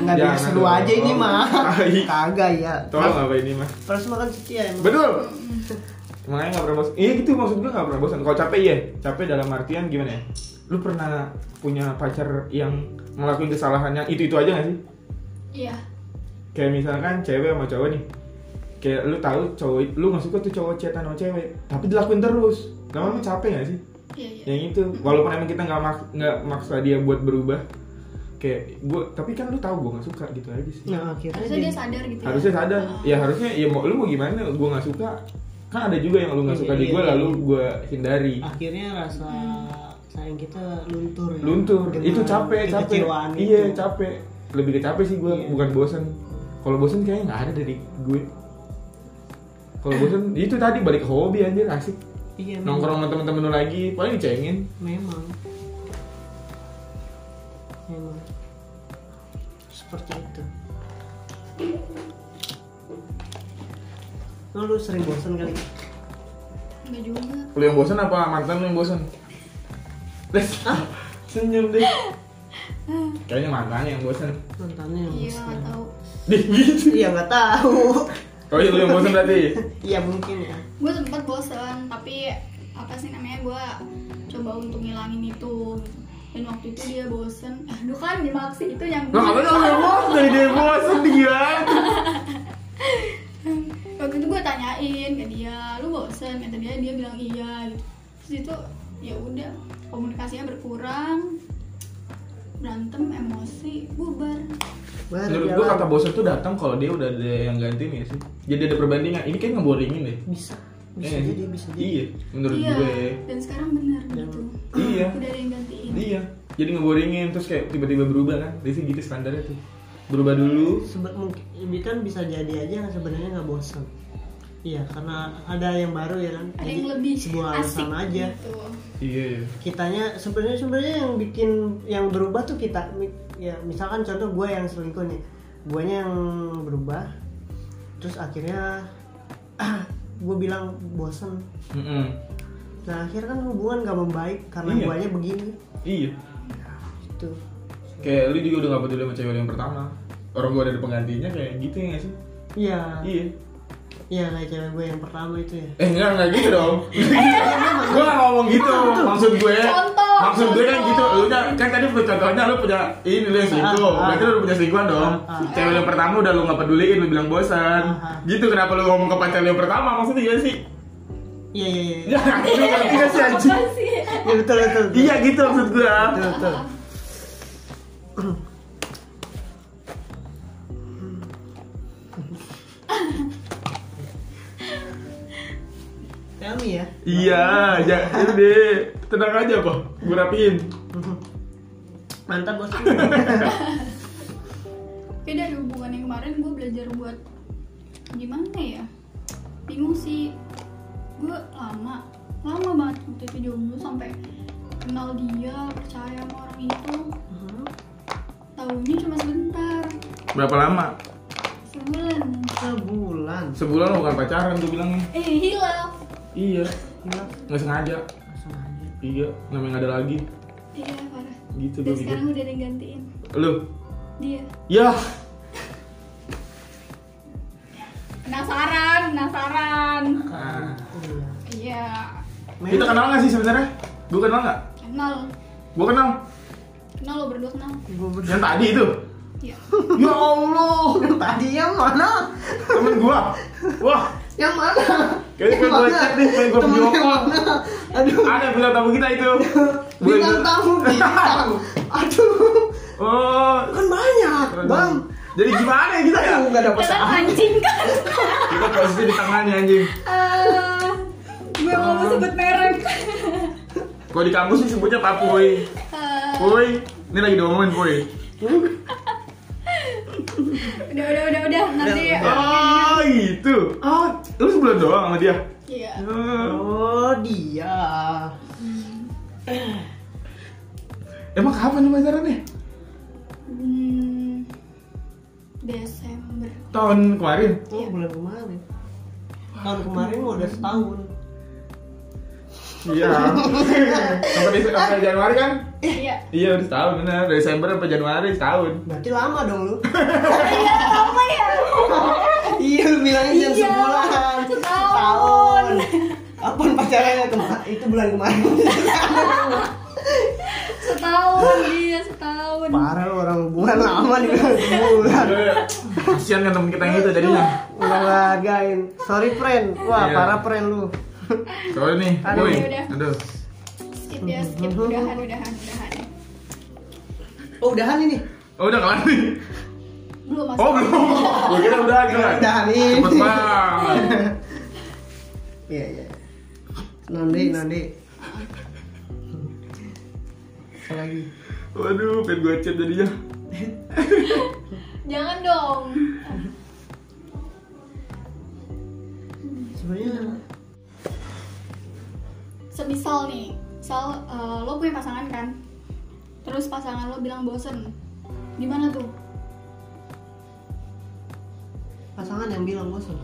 [SPEAKER 3] nggak biar
[SPEAKER 2] Jangan
[SPEAKER 3] seru
[SPEAKER 2] dong.
[SPEAKER 3] aja ini mah
[SPEAKER 2] Tai.
[SPEAKER 3] kagak ya
[SPEAKER 2] Tolong apa ini mah?
[SPEAKER 3] terus makan setia emang
[SPEAKER 2] Betul. Makanya nggak pernah bosan. Iya gitu maksud gue nggak pernah bosan. Kalau capek ya, capek dalam artian gimana ya? Lu pernah punya pacar yang ngelakuin kesalahan yang itu itu aja nggak sih?
[SPEAKER 1] Iya.
[SPEAKER 2] Kayak misalkan cewek sama cowok nih. Kayak lu tahu cowok, lu nggak suka tuh cowok cetan sama cewek, tapi dilakuin terus. Lama-lama capek nggak sih?
[SPEAKER 1] Iya, iya.
[SPEAKER 2] Yang itu, walaupun emang kita nggak mak- nggak maksa dia buat berubah, kayak gue, tapi kan lu tahu gue nggak suka gitu aja sih.
[SPEAKER 3] nah akhirnya
[SPEAKER 1] Harusnya dia sadar gitu. ya.
[SPEAKER 2] harusnya sadar ya harusnya ya mau lu mau gimana gue nggak suka kan ada juga yang lu nggak suka di
[SPEAKER 3] Iya,
[SPEAKER 2] gue lalu gue hindari
[SPEAKER 3] akhirnya rasa sayang kita luntur ya
[SPEAKER 2] luntur
[SPEAKER 3] Dengan
[SPEAKER 2] itu capek capek
[SPEAKER 3] kekecewaan
[SPEAKER 2] iya
[SPEAKER 3] itu.
[SPEAKER 2] capek lebih ke capek sih gue
[SPEAKER 3] Iya.
[SPEAKER 2] bukan bosen kalau bosen kayaknya nggak ada dari gue kalau bosen itu tadi balik ke hobi anjir asik
[SPEAKER 3] iya memang.
[SPEAKER 2] nongkrong sama temen-temen lu lagi paling dicengin
[SPEAKER 3] memang memang seperti itu Lo lu sering bosan kali
[SPEAKER 1] Enggak juga.
[SPEAKER 2] lu yang bosen apa mantan lu yang bosen les senyum deh kayaknya mantannya yang bosen
[SPEAKER 3] mantannya yang
[SPEAKER 1] Iya,
[SPEAKER 3] bosan
[SPEAKER 1] tahu.
[SPEAKER 2] deh gitu
[SPEAKER 3] iya nggak tahu
[SPEAKER 2] oh iya lu yang bosen berarti
[SPEAKER 3] iya mungkin ya
[SPEAKER 1] Gue sempat bosen, tapi apa sih namanya gue coba untuk ngilangin itu. gitu. Dan waktu itu dia bosen. Aduh kan dimaksud itu yang.
[SPEAKER 2] Lah ngapain lu emosi dari dia bosen gila.
[SPEAKER 1] waktu itu gue tanyain ke dia lu bosen kata dia dia bilang iya gitu terus itu ya udah komunikasinya berkurang berantem emosi bubar
[SPEAKER 3] baru
[SPEAKER 2] Menurut gua
[SPEAKER 3] jalan
[SPEAKER 2] kata bosen tuh datang kalau dia udah ada yang gantiin ya sih. Jadi ada perbandingan. Ini kayak ngeboringin deh.
[SPEAKER 3] bisa bisa
[SPEAKER 2] Eh,
[SPEAKER 3] jadi bisa jadi
[SPEAKER 2] Iya, menurut
[SPEAKER 1] iya
[SPEAKER 2] gue.
[SPEAKER 1] dan sekarang bener gitu
[SPEAKER 2] Iya.
[SPEAKER 1] udah ada yang gantiin
[SPEAKER 2] Iya. Jadi ngeboringin terus kayak tiba-tiba berubah kan. Jadi sih gitu standarnya tuh. Berubah dulu.
[SPEAKER 3] Sebe- mungkin ini kan bisa jadi aja yang sebenarnya nggak bosan iya karena ada yang baru ya kan
[SPEAKER 1] ada
[SPEAKER 3] Jadi
[SPEAKER 1] yang lebih
[SPEAKER 3] sebuah
[SPEAKER 1] asik
[SPEAKER 3] alasan aja
[SPEAKER 1] gitu
[SPEAKER 2] Iya, iya.
[SPEAKER 3] kitanya sebenarnya sebenarnya yang bikin yang berubah tuh kita Mi- ya misalkan contoh gue yang selingkuh nih guanya yang berubah terus akhirnya gue bilang bosan
[SPEAKER 2] Mm-mm.
[SPEAKER 3] nah akhirnya kan hubungan gak membaik karena
[SPEAKER 2] Iya.
[SPEAKER 3] guanya begini gitu.
[SPEAKER 2] Iya.
[SPEAKER 3] itu
[SPEAKER 2] Kayak lu juga udah gak peduli sama cewek yang pertama. Orang gua ada penggantinya kayak gitu ya gak sih?
[SPEAKER 3] iya
[SPEAKER 2] Iya.
[SPEAKER 3] iya kayak cewek gue yang pertama itu ya
[SPEAKER 2] Eh enggak enggak gitu dong.
[SPEAKER 3] Eh,
[SPEAKER 2] gue gak ngomong gitu. Maksud gue.
[SPEAKER 1] Contoh,
[SPEAKER 2] maksud gue kan
[SPEAKER 1] contoh.
[SPEAKER 2] gitu. Lu udah kan tadi lu contohnya lu punya ini lu yang selingkuh.
[SPEAKER 3] Ah, ah.
[SPEAKER 2] Berarti lu udah punya selingkuhan dong.
[SPEAKER 3] Ah, ah.
[SPEAKER 2] Cewek lu yang pertama udah lu gak peduliin lu bilang bosan.
[SPEAKER 3] Ah, ah.
[SPEAKER 2] Gitu kenapa lu ngomong ke pacar lu yang pertama maksudnya gak sih?
[SPEAKER 3] iya iya iya
[SPEAKER 2] Ya lu ngerti gak sih anjing?
[SPEAKER 1] Apa sih
[SPEAKER 3] Iya, betul betul betul.
[SPEAKER 2] Iya gitu maksud gue.
[SPEAKER 3] betul, betul. Kami ya.
[SPEAKER 2] Iya, ya itu deh. Tenang aja kok. Gue rapiin.
[SPEAKER 3] Mantap bos.
[SPEAKER 1] tapi dari hubungan yang kemarin gue belajar buat gimana ya bingung sih gue lama lama banget waktu itu jomblo sampai kenal dia percaya sama orang itu tahunya cuma sebentar
[SPEAKER 2] Berapa lama?
[SPEAKER 1] sebulan
[SPEAKER 3] Sebulan.
[SPEAKER 2] Sebulan bukan pacaran gue bilangnya.
[SPEAKER 1] eh hilaf
[SPEAKER 2] Iya,
[SPEAKER 3] Gila,
[SPEAKER 2] nggak sengaja.
[SPEAKER 3] langsung aja.
[SPEAKER 2] Iya, namanya nggak ada lagi.
[SPEAKER 1] iya parah
[SPEAKER 2] Gitu
[SPEAKER 1] dan
[SPEAKER 2] gue pikir.
[SPEAKER 1] sekarang udah ada yang gantiin
[SPEAKER 2] Lu,
[SPEAKER 1] dia
[SPEAKER 2] Ya,
[SPEAKER 1] penasaran penasaran
[SPEAKER 2] Nah.
[SPEAKER 3] Iya.
[SPEAKER 1] iya
[SPEAKER 2] kita kan- kenal nggak sih sebenarnya? Gue kenal nggak?
[SPEAKER 1] kenal
[SPEAKER 2] Gue kenal.
[SPEAKER 1] kenal lo berdua kenal
[SPEAKER 3] Gua ber-
[SPEAKER 2] Yang tadi itu.
[SPEAKER 1] iya
[SPEAKER 2] Ya Allah,
[SPEAKER 3] Yang tadi yang mana?
[SPEAKER 2] temen gue. Wah,
[SPEAKER 3] Yang mana?
[SPEAKER 2] Kayaknya gua cek deh, pengen gua
[SPEAKER 3] Temen
[SPEAKER 2] video
[SPEAKER 3] yang
[SPEAKER 2] call.
[SPEAKER 3] mana? Aduh.
[SPEAKER 2] ada bintang tamu kita itu. Boleh-
[SPEAKER 3] bintang tamu bintang aduh
[SPEAKER 2] Oh,
[SPEAKER 3] kan banyak bang
[SPEAKER 2] Jadi gimana ya kita ya?
[SPEAKER 3] aduh nggak ada
[SPEAKER 1] Kita
[SPEAKER 3] pasangan
[SPEAKER 1] anjing kan?
[SPEAKER 2] Kita posisi di tangannya anjing.
[SPEAKER 1] Eh, gue mau sebut merek.
[SPEAKER 2] Kalau di kampus sih sebutnya papoy.
[SPEAKER 1] Eh,
[SPEAKER 2] Poy, ini lagi diomongin poy.
[SPEAKER 1] udah udah udah udah nanti.
[SPEAKER 2] Oh, gitu. Oh, lu sebulan doang sama dia.
[SPEAKER 1] Iya.
[SPEAKER 2] Oh.
[SPEAKER 3] oh dia
[SPEAKER 2] Emang kapan lu pacarannya?
[SPEAKER 1] Hmm, Desember.
[SPEAKER 2] Tahun kemarin.
[SPEAKER 1] Iya.
[SPEAKER 3] oh bulan kemarin tahun kemarin mau udah setahun
[SPEAKER 2] Iya. sampai Desember sampai Januari kan?
[SPEAKER 1] Iya.
[SPEAKER 2] Iya, udah setahun benar. Dari Desember sampai Januari setahun.
[SPEAKER 3] berarti lama dong lu
[SPEAKER 1] Iya lama ya.
[SPEAKER 3] iya lu bilangnya jam
[SPEAKER 1] Iya,
[SPEAKER 3] sebulan
[SPEAKER 1] setahun.
[SPEAKER 3] apaan pacarnya kemarin itu bulan kemarin
[SPEAKER 1] Setahun dia setahun.
[SPEAKER 3] parah lu orang hubungan lama nih bilang sebulan
[SPEAKER 2] Kasihan kan temen kita yang itu jadinya.
[SPEAKER 3] Udah hargain. Sorry friend. Wah,
[SPEAKER 2] Iya.
[SPEAKER 3] parah friend lu.
[SPEAKER 2] Soalnya nih,
[SPEAKER 3] Aduh,
[SPEAKER 2] poy.
[SPEAKER 1] udah.
[SPEAKER 2] Aduh.
[SPEAKER 1] Skip ya skip. Udahan udahan udahan.
[SPEAKER 3] Oh, udahan ini.
[SPEAKER 2] Oh, udah kelar nih.
[SPEAKER 1] Belum masuk.
[SPEAKER 2] Oh belum, gue kira udah kan.
[SPEAKER 3] Udahan ini.
[SPEAKER 2] Cepet banget.
[SPEAKER 3] Iya, iya. Nanti, nanti. Apa lagi?
[SPEAKER 2] Waduh, pengen gue chat jadinya.
[SPEAKER 1] Jangan dong.
[SPEAKER 3] Sebenarnya
[SPEAKER 1] Semisal nih, misal eh, lo punya pasangan kan, terus pasangan lo bilang bosen, gimana tuh?
[SPEAKER 3] pasangan yang bilang bosan.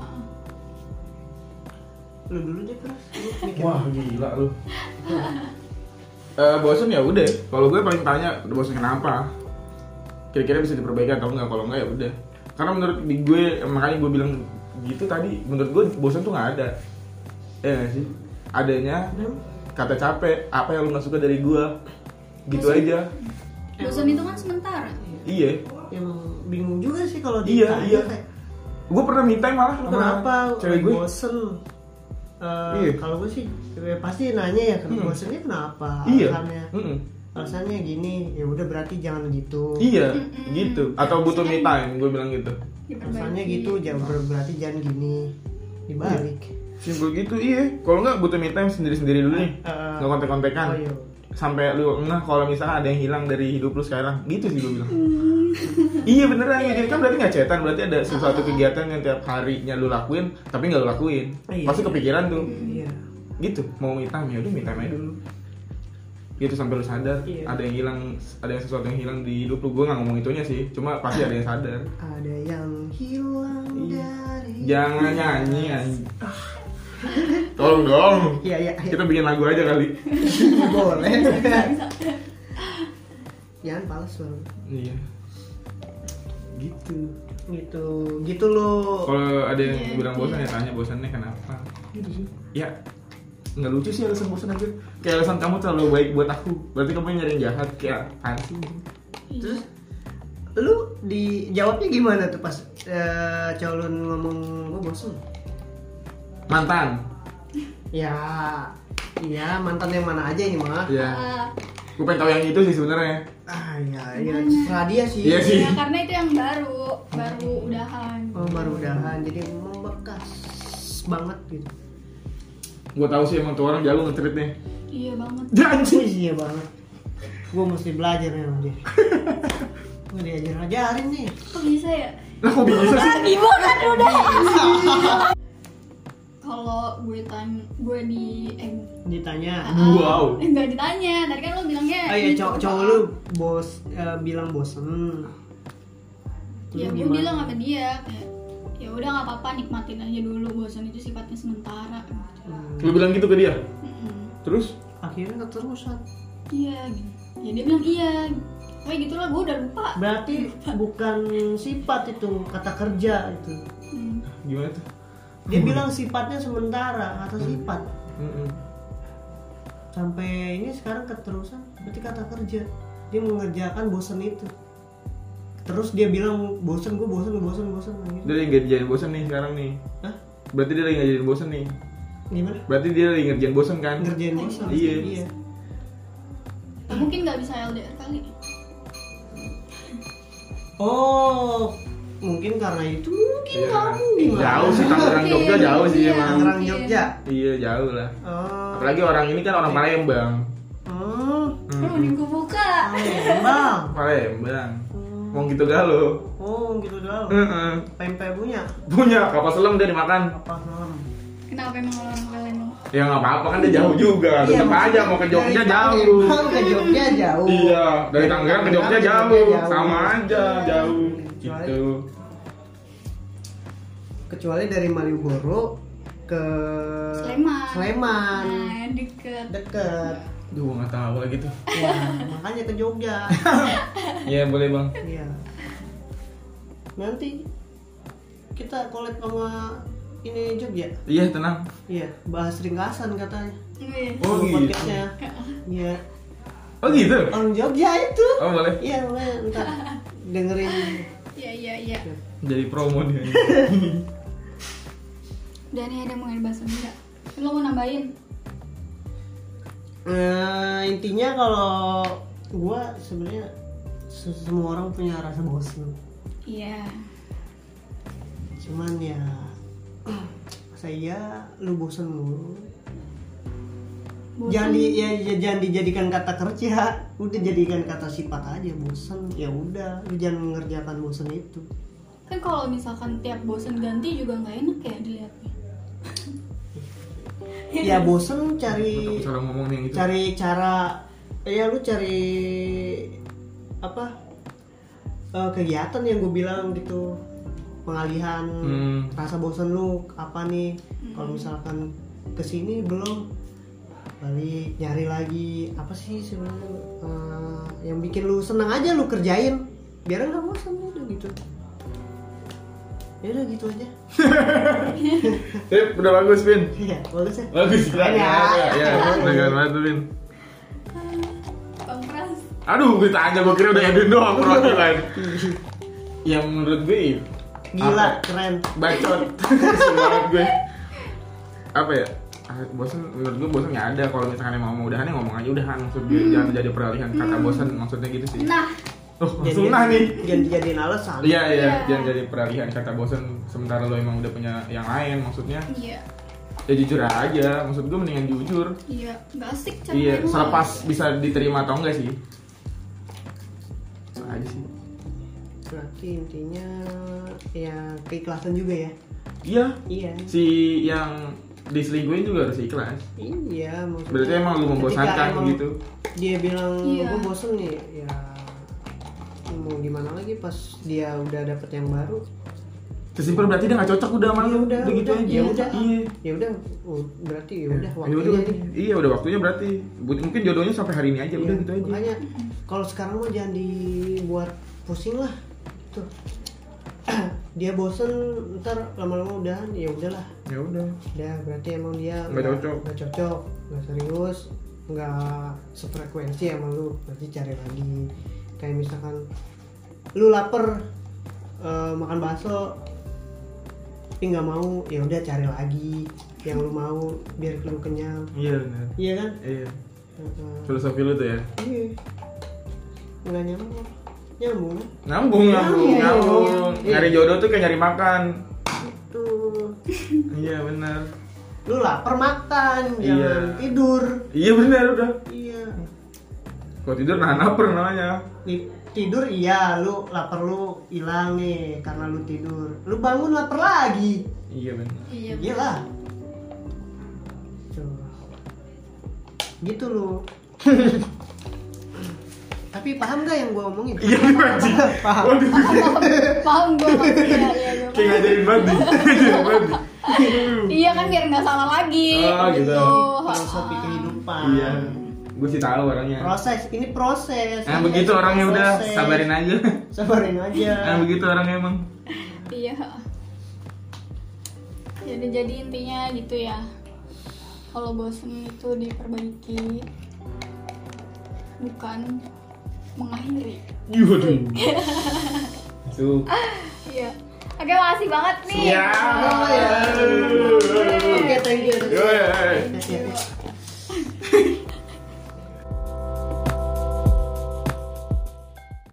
[SPEAKER 3] Lu dulu deh, terus. Lu mikir.
[SPEAKER 2] Wah gila lu. Eh bosen ya udah. Kalau gue paling tanya udah bosen kenapa? Kira-kira bisa diperbaiki atau enggak? Kalau enggak ya udah. Karena menurut di gue makanya gue bilang gitu tadi. Menurut gue bosen tuh nggak ada. Ya nggak sih. Adanya kata capek. Apa yang lu nggak suka dari gue? Gitu
[SPEAKER 1] Bosen.
[SPEAKER 2] aja.
[SPEAKER 1] Bosen itu kan sementara.
[SPEAKER 2] Iya.
[SPEAKER 3] Emang bingung juga sih kalau
[SPEAKER 2] Iya,
[SPEAKER 3] ditanya,
[SPEAKER 2] iya.
[SPEAKER 3] kayak,
[SPEAKER 2] Gue pernah minta malah sama
[SPEAKER 3] Lu kenapa
[SPEAKER 2] cewek gue.
[SPEAKER 3] bosen? Eh,
[SPEAKER 2] Iya.
[SPEAKER 3] kalau gue sih ya pasti nanya ya kenapa
[SPEAKER 2] Hmm.
[SPEAKER 3] bosennya kenapa
[SPEAKER 2] Iya.
[SPEAKER 3] alasannya
[SPEAKER 2] Mm-mm.
[SPEAKER 3] alasannya gini ya udah berarti jangan gitu
[SPEAKER 2] Iya,
[SPEAKER 1] Mm-mm.
[SPEAKER 2] gitu. Atau butuh me time, gue bilang gitu.
[SPEAKER 1] Diperbaiki.
[SPEAKER 3] Rasanya gitu, jangan ber- berarti jangan gini dibalik.
[SPEAKER 2] Simpel gitu, iya. Kalau nggak butuh me time sendiri-sendiri dulu nih.
[SPEAKER 3] Heeh.
[SPEAKER 2] Nggak kontek-kontekan.
[SPEAKER 3] Ah, Oh iya.
[SPEAKER 2] Sampai lu nah kalau misalnya ada yang hilang dari hidup lu sekarang, gitu sih gue bilang. iya beneran, gitu. kan berarti nggak cetan, berarti
[SPEAKER 3] Ah.
[SPEAKER 2] ada sesuatu kegiatan yang tiap harinya lu lakuin, tapi nggak lu lakuin.
[SPEAKER 3] Iya.
[SPEAKER 2] Pasti kepikiran tuh.
[SPEAKER 3] Iya.
[SPEAKER 2] Gitu, mau me time ya udah me time aja dulu. Gitu sampai lu sadar,
[SPEAKER 3] Iya.
[SPEAKER 2] ada yang hilang, ada yang sesuatu yang hilang di hidup lu. Gue nggak ngomong itunya sih, cuma pasti ada yang sadar.
[SPEAKER 3] Ada yang hilang
[SPEAKER 2] Iya.
[SPEAKER 3] dari.
[SPEAKER 2] Jangan nyanyi anjing.
[SPEAKER 3] Ah.
[SPEAKER 2] Tolong dong.
[SPEAKER 3] Iya iya. iya.
[SPEAKER 2] Kita bikin lagu aja kali. Iya,
[SPEAKER 3] Boleh. jangan palsu.
[SPEAKER 2] Iya. Gitu.
[SPEAKER 3] Gitu, gitu loh.
[SPEAKER 2] Kalau ada yang
[SPEAKER 1] Iya,
[SPEAKER 2] bilang bosan ya tanya bosannya kenapa? Gitu sih. Ya nggak lucu sih alasan bosan aja. Kayak alasan kamu terlalu baik buat aku. Berarti kamu yang nyari yang jahat kayak apaan sih?
[SPEAKER 3] Terus lu dijawabnya gimana tuh pas eh, cowok lu ngomong gue bosen?
[SPEAKER 2] Mantan.
[SPEAKER 3] Ya, iya mantan yang mana aja ini mah.
[SPEAKER 2] Iya.
[SPEAKER 1] Ah,
[SPEAKER 2] Gue pengen tahu yang itu sih sebenarnya.
[SPEAKER 3] Ah iya, iya terserah dia sih.
[SPEAKER 2] Iya sih.
[SPEAKER 1] ya, karena itu yang baru, baru udahan.
[SPEAKER 3] Oh, baru udahan, jadi membekas banget gitu.
[SPEAKER 2] Gue tahu sih emang tuh orang jago nge-treat nih.
[SPEAKER 1] Iya banget.
[SPEAKER 3] Wih,
[SPEAKER 2] Janji.
[SPEAKER 3] iya banget. Gue mesti belajar memang dia. Gue diajar ajarin nih.
[SPEAKER 1] Kok bisa ya?
[SPEAKER 2] Lah kok bisa sih?
[SPEAKER 1] Ah, gimana tuh udah? Kalau gue tanya, gue di eh,
[SPEAKER 3] Ditanya.
[SPEAKER 2] Wow.
[SPEAKER 1] eh, nggak ditanya. Tadi kan lo bilangnya.
[SPEAKER 3] Ah iya cowok cowok lu bos eh, bilang bosen. Lu
[SPEAKER 1] Ya gue
[SPEAKER 3] gimana?
[SPEAKER 1] bilang sama dia kayak ya udah nggak apa-apa nikmatin aja dulu bosan itu sifatnya sementara.
[SPEAKER 3] Hmm,
[SPEAKER 2] Lu bilang gitu ke dia?
[SPEAKER 1] Mm-mm.
[SPEAKER 2] Terus?
[SPEAKER 3] Akhirnya keterusan.
[SPEAKER 1] Iya. gitu. Ya dia bilang iya. Kayak gitu lah gue udah lupa.
[SPEAKER 3] Berarti bukan sifat itu kata kerja itu.
[SPEAKER 1] Hmm.
[SPEAKER 3] Mm.
[SPEAKER 2] Gimana tuh?
[SPEAKER 3] Dia bilang sifatnya sementara kata sifat.
[SPEAKER 2] Mm-mm.
[SPEAKER 3] sampai ini sekarang keterusan berarti kata kerja dia mengerjakan bosen itu terus dia bilang bosen gue bosen gue bosen bosen gitu
[SPEAKER 2] Dia lagi ngerjain bosan nih sekarang nih.
[SPEAKER 3] Hah?
[SPEAKER 2] Berarti dia lagi ngerjain bosan nih.
[SPEAKER 3] gimana Iya.
[SPEAKER 2] Berarti dia lagi ngerjain bosan kan?
[SPEAKER 3] ngerjain bosen
[SPEAKER 2] Iya.
[SPEAKER 1] mungkin nggak bisa LDR kali
[SPEAKER 3] Oh, mungkin karena itu mungkin
[SPEAKER 2] Iya.
[SPEAKER 3] kamu gimana?
[SPEAKER 2] Jauh sih Tangerang
[SPEAKER 1] Oke,
[SPEAKER 2] Jogja jauh sih
[SPEAKER 1] iya.
[SPEAKER 2] emang.
[SPEAKER 3] Tangerang Jogja.
[SPEAKER 2] Iya jauh lah.
[SPEAKER 3] Oh.
[SPEAKER 2] Apalagi orang ini kan orang Palembang.
[SPEAKER 3] Oh,
[SPEAKER 2] Hmm.
[SPEAKER 1] Lu mending gue buka
[SPEAKER 3] Palembang.
[SPEAKER 2] Palembang. Mau gitu galau.
[SPEAKER 3] Oh, gitu doang.
[SPEAKER 2] Heeh.
[SPEAKER 3] Pempek punya
[SPEAKER 2] Punya kapal selam dia dimakan.
[SPEAKER 3] apa malam?
[SPEAKER 1] kenapa emang orang Palembang
[SPEAKER 2] Ya nggak apa-apa kan dia jauh juga.
[SPEAKER 3] Iya,
[SPEAKER 2] Tetap aja mau ke Jogja
[SPEAKER 3] dari
[SPEAKER 2] jauh.
[SPEAKER 3] Palembang ke Jogja jauh.
[SPEAKER 2] Iya, dari Tangerang ke Jogja
[SPEAKER 3] Tangerang
[SPEAKER 2] jauh. Sama aja jauh.
[SPEAKER 3] Kecuali-
[SPEAKER 2] Gitu.
[SPEAKER 3] Kecuali dari Malioboro ke
[SPEAKER 1] Sleman
[SPEAKER 3] Sleman.
[SPEAKER 1] nah deket
[SPEAKER 3] Deket.
[SPEAKER 2] Duh, gua nggak tahu lagi tuh.
[SPEAKER 1] Iya.
[SPEAKER 3] Ya, makanya ke Jogja.
[SPEAKER 2] Iya boleh bang.
[SPEAKER 3] Iya. Nanti kita collab sama ini Jogja.
[SPEAKER 2] Iya tenang.
[SPEAKER 3] Iya, bahas ringkasan katanya.
[SPEAKER 1] Wih.
[SPEAKER 2] Oh,
[SPEAKER 3] Sama
[SPEAKER 2] gitu.
[SPEAKER 3] podcastnya. Iya.
[SPEAKER 2] Oh gitu.
[SPEAKER 3] Orang Jogja itu.
[SPEAKER 2] Oh boleh.
[SPEAKER 3] Iya, makanya ntar dengerin.
[SPEAKER 1] iya iya iya
[SPEAKER 2] Jadi promo dia.
[SPEAKER 1] dan ini ada mau bahasa Sunda lo mau nambahin
[SPEAKER 3] Nah, intinya kalau gua sebenarnya se- semua orang punya rasa bosan.
[SPEAKER 1] iya
[SPEAKER 3] Cuman ya saya lu bosan mulu.
[SPEAKER 1] Bosen.
[SPEAKER 3] Jadi ya, ya jangan dijadikan kata kerja, udah jadikan kata sifat aja bosan. Ya udah, lu jangan mengerjakan bosan itu.
[SPEAKER 1] kan kalau misalkan tiap bosen ganti juga nggak enak ya dilihatnya
[SPEAKER 3] Ya bosan cari
[SPEAKER 2] Aku salah ngomong gitu. yang itu.
[SPEAKER 3] cari cara ya lu cari apa eh, kegiatan yang gue bilang gitu pengalihan
[SPEAKER 2] Hmm.
[SPEAKER 3] rasa bosan lu apa nih kalau misalkan kesini belum balik nyari lagi apa sih sebenarnya eh, yang bikin lu seneng aja lu kerjain biar nggak bosan udah gitu ya udah gitu aja
[SPEAKER 2] Sip, Eh, udah bagus Pin.
[SPEAKER 3] ya bagus ya
[SPEAKER 2] Bagus
[SPEAKER 3] Keren ya.
[SPEAKER 2] Ya, udah keren banget tuh, Pin.
[SPEAKER 1] bang Pras
[SPEAKER 2] Aduh, gue tanya gue kira udah edit doang perwakilan. Yang menurut gue ya,
[SPEAKER 3] gila
[SPEAKER 2] apa?
[SPEAKER 3] keren
[SPEAKER 2] bacot Kesel banget gue. Apa ya? Ah, bosan menurut gue bosan nggak ada kalau misalkan emang mau udahan ya ngomong aja udahan maksud gue jangan jadi peralihan kata bosan maksudnya gitu sih
[SPEAKER 1] nah
[SPEAKER 2] oh langsung nah nih
[SPEAKER 3] jangan dijadiin alasan
[SPEAKER 2] iya iya
[SPEAKER 1] Iya.
[SPEAKER 2] jangan jadi peralihan kata bosan sementara lo emang udah punya yang lain maksudnya
[SPEAKER 1] iya
[SPEAKER 2] ya jujur aja maksud gue mendingan jujur
[SPEAKER 1] iya nggak asik cara
[SPEAKER 2] Iya,
[SPEAKER 1] main
[SPEAKER 2] selepas bisa diterima atau enggak sih? Itu aja sih.
[SPEAKER 3] Berarti intinya ya keikhlasan juga ya.
[SPEAKER 2] Iya,
[SPEAKER 3] Iya.
[SPEAKER 2] si yang diselingkuhin juga harus ikhlas.
[SPEAKER 3] Iya maksudnya.
[SPEAKER 2] Berarti emang lu
[SPEAKER 3] ketika
[SPEAKER 2] membosankan
[SPEAKER 3] emang
[SPEAKER 2] gitu.
[SPEAKER 3] Dia bilang
[SPEAKER 1] Iya.
[SPEAKER 3] gue bosen nih ya mau gimana lagi pas dia udah dapet yang baru
[SPEAKER 2] Tersimpel berarti dia nggak cocok udah sama
[SPEAKER 3] ya
[SPEAKER 2] lu.
[SPEAKER 3] udah
[SPEAKER 2] gitu
[SPEAKER 3] udah
[SPEAKER 2] aja.
[SPEAKER 3] ya udah
[SPEAKER 2] Iya.
[SPEAKER 3] ya udah oh, berarti ya udah
[SPEAKER 2] Ya
[SPEAKER 3] waktunya
[SPEAKER 2] udah,
[SPEAKER 3] nih.
[SPEAKER 2] iya udah waktunya berarti. Bu- Mungkin jodohnya sampai hari ini aja udah
[SPEAKER 3] Iya,
[SPEAKER 2] gitu aja.
[SPEAKER 3] makanya kalau sekarang mah jangan dibuat pusing lah tuh dia bosen ntar lama-lama udahan ya udahlah
[SPEAKER 2] Ya udah.
[SPEAKER 3] Udah, berarti emang dia
[SPEAKER 2] Nggak cocok.
[SPEAKER 3] nggak cocok, nggak serius, nggak sefrekuensi ya sama lu. Berarti cari lagi. Kayak misalkan lu lapar eh, makan bakso tapi nggak mau, ya udah cari lagi yang lu mau biar lu kenyang.
[SPEAKER 2] Iya benar.
[SPEAKER 3] Iya kan?
[SPEAKER 2] Iya.
[SPEAKER 3] Heeh.
[SPEAKER 2] Filosofi lu tuh ya.
[SPEAKER 3] Iya. Nggak nyambung. Nyambung.
[SPEAKER 2] Nyambung, nyambung,
[SPEAKER 3] Nyambung.
[SPEAKER 2] nyambung.
[SPEAKER 3] Iya.
[SPEAKER 2] Nyari jodoh tuh kayak nyari makan.
[SPEAKER 3] Tuh.
[SPEAKER 2] Iya benar.
[SPEAKER 3] Lu lapar makan, jangan
[SPEAKER 2] Iya.
[SPEAKER 3] tidur.
[SPEAKER 2] Iya benar udah.
[SPEAKER 3] Iya.
[SPEAKER 2] Kalau tidur nahan lapar namanya.
[SPEAKER 3] Li- tidur iya lu lapar lu hilang nih karena lu tidur lu bangun lapar lagi
[SPEAKER 2] Iya benar.
[SPEAKER 1] iya
[SPEAKER 3] gila Tuh. gitu lu tapi paham gak yang gua omongin
[SPEAKER 2] Iya nih anjing.
[SPEAKER 3] paham
[SPEAKER 2] Waduh,
[SPEAKER 3] Iya.
[SPEAKER 1] paham gue maksudnya iya gua
[SPEAKER 2] kayak ngajarin banget nih. Ngajarin banget nih.
[SPEAKER 1] paham. iya kan biar nggak salah lagi
[SPEAKER 2] Oh, gitu.
[SPEAKER 3] filosofi kehidupan
[SPEAKER 2] Iya. Gue sih tahu orangnya.
[SPEAKER 3] proses ini proses
[SPEAKER 2] Nah
[SPEAKER 3] Ini
[SPEAKER 2] begitu
[SPEAKER 3] proses.
[SPEAKER 2] orangnya udah sabarin aja.
[SPEAKER 3] sabarin
[SPEAKER 2] Nah
[SPEAKER 3] aja
[SPEAKER 2] begitu orangnya emang.
[SPEAKER 1] iya jadi jadi intinya gitu ya kalau bosen itu diperbaiki bukan mengakhiri
[SPEAKER 2] Ih, Waduh. Tuh.
[SPEAKER 1] iya oke makasih banget nih
[SPEAKER 2] Siap.
[SPEAKER 3] oke thank you
[SPEAKER 2] Yoi.
[SPEAKER 3] Terima kasih.